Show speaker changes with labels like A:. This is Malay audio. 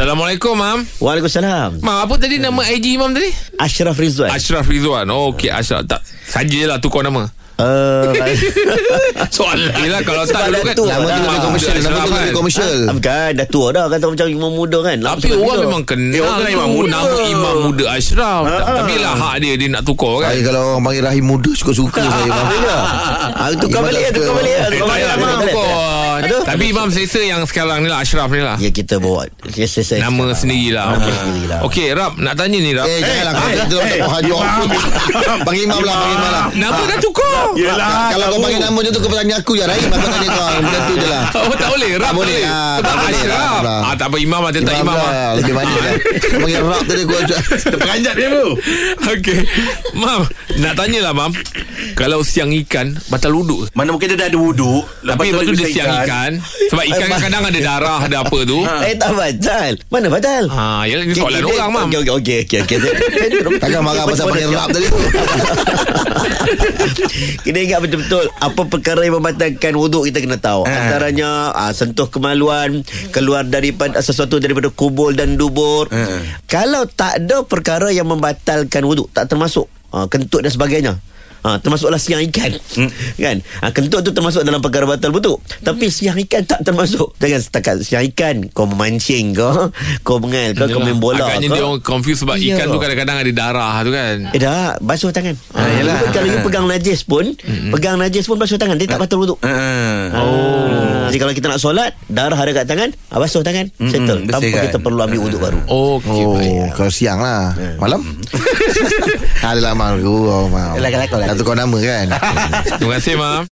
A: Assalamualaikum, Mam.
B: Waalaikumsalam
A: Mam, apa tadi nama IG Mam tadi?
B: Ashraf Rizwan
A: Ashraf Rizwan. Oh, okey, Ashraf. Tak, sajalah tukar nama.
B: uh,
A: Soalan. Yelah, kalau tak dulu
B: Soalan
A: kan.
B: tu,
C: Nama tu
B: Ah,
C: lebih
B: ah,
C: komersial Nama tu lebih komersial
B: Bukan dah tua dah Kata macam imam muda kan Nak
A: Tapi
B: macam
A: orang
B: muda.
A: memang kenal
D: Eh, orang
A: tu.
D: kenal imam muda.
A: Nama imam muda Ashraf Tapi lah hak dia Dia nak tukar kan
C: Saya kalau orang panggil Rahim muda Suka-suka saya Faham tak?
B: Ah, Tukar
C: Imam
B: balik ya
C: tak
B: Tukar
C: suka.
B: balik
A: Eh,
B: ya Tukar
A: tak
B: balik
A: payah Imam
B: ya, tukar balik,
A: tukar
B: ya. Aduh.
A: Tapi Imam selesa yang sekarang ni lah Ashraf ni lah
B: Ya kita bawa ya, saya, saya,
A: Nama sendirilah
B: Nama sendirilah.
A: Okey okay, Rab Nak tanya ni Rab
C: Eh janganlah Kau tak
D: eh,
C: tahu haji orang Panggil imam lah Panggil imam lah
A: Nama dah tukar
D: Yelah
C: Kalau kau panggil nama dia tu Kau tanya aku je Rahim Aku tanya kau Macam tu je lah
A: Oh tak boleh Rab
C: Tak boleh ah,
A: Sebab
C: Tak boleh
A: Ashraf
C: Rab lah.
A: Ah Tak apa Imam lah Dia tak
C: Imam
A: Imam lah
C: lah Lebih manja kan Panggil Rab tadi aku
D: Terperanjat dia tu
A: Okey Mam Nak tanyalah Mam Kalau siang ikan Batal uduk
D: Mana mungkin dia dah ada wuduk
A: Tapi lepas tu dia
D: bisa
A: siang ikan Sebab ikan
B: Eh,
A: kadang-kadang ada darah Ada apa tu
B: Eh tak batal Mana batal
A: Ha, yalah ni
B: Okey,
A: soalan
B: kita-
A: orang mam.
B: Okey okey okey okey. okey. Saya- saya duduk-
C: Takkan marah pasal
B: Mana
C: panggil
B: siap?
C: Rab tadi tu
B: Kena ingat betul-betul apa perkara yang membatalkan wuduk kita kena tahu. Antaranya ah, sentuh kemaluan, keluar daripada ah, sesuatu daripada kubul dan dubur.
A: Ah.
B: Kalau tak ada perkara yang membatalkan wuduk, tak termasuk ah, kentut dan sebagainya. Ha, termasuklah siang ikan
A: Hmm.
B: kan ha, kentut tu termasuk dalam perkara batal betul tapi
A: Hmm.
B: siang ikan tak termasuk jangan setakat siang ikan kau memancing kau kau mengal kau, kau
A: Yalah,
B: main bola
A: Agaknya
B: kau.
A: dia orang confused Sebab
B: Ya.
A: ikan tu kadang-kadang ada darah tu kan
B: Eh dah Basuh tangan ha,
C: yelah.
B: Even Kalau you pegang najis pun
C: Hmm,
B: Pegang najis pun basuh tangan Dia tak batal wuduk
D: Ha.
B: Oh. Jadi kalau kita nak solat Darah ada kat tangan ah, Basuh tangan Settle
C: bersih
B: Tanpa
C: kan?
B: kita perlu ambil wuduk baru
A: Okey
C: Oh,
A: baik
C: kau siang lah
B: Eh.
C: Malam? Adalah malam aku oh, malam.
B: Elak-elak kau lah.
C: Satu kau nama kan
A: Terima kasih mam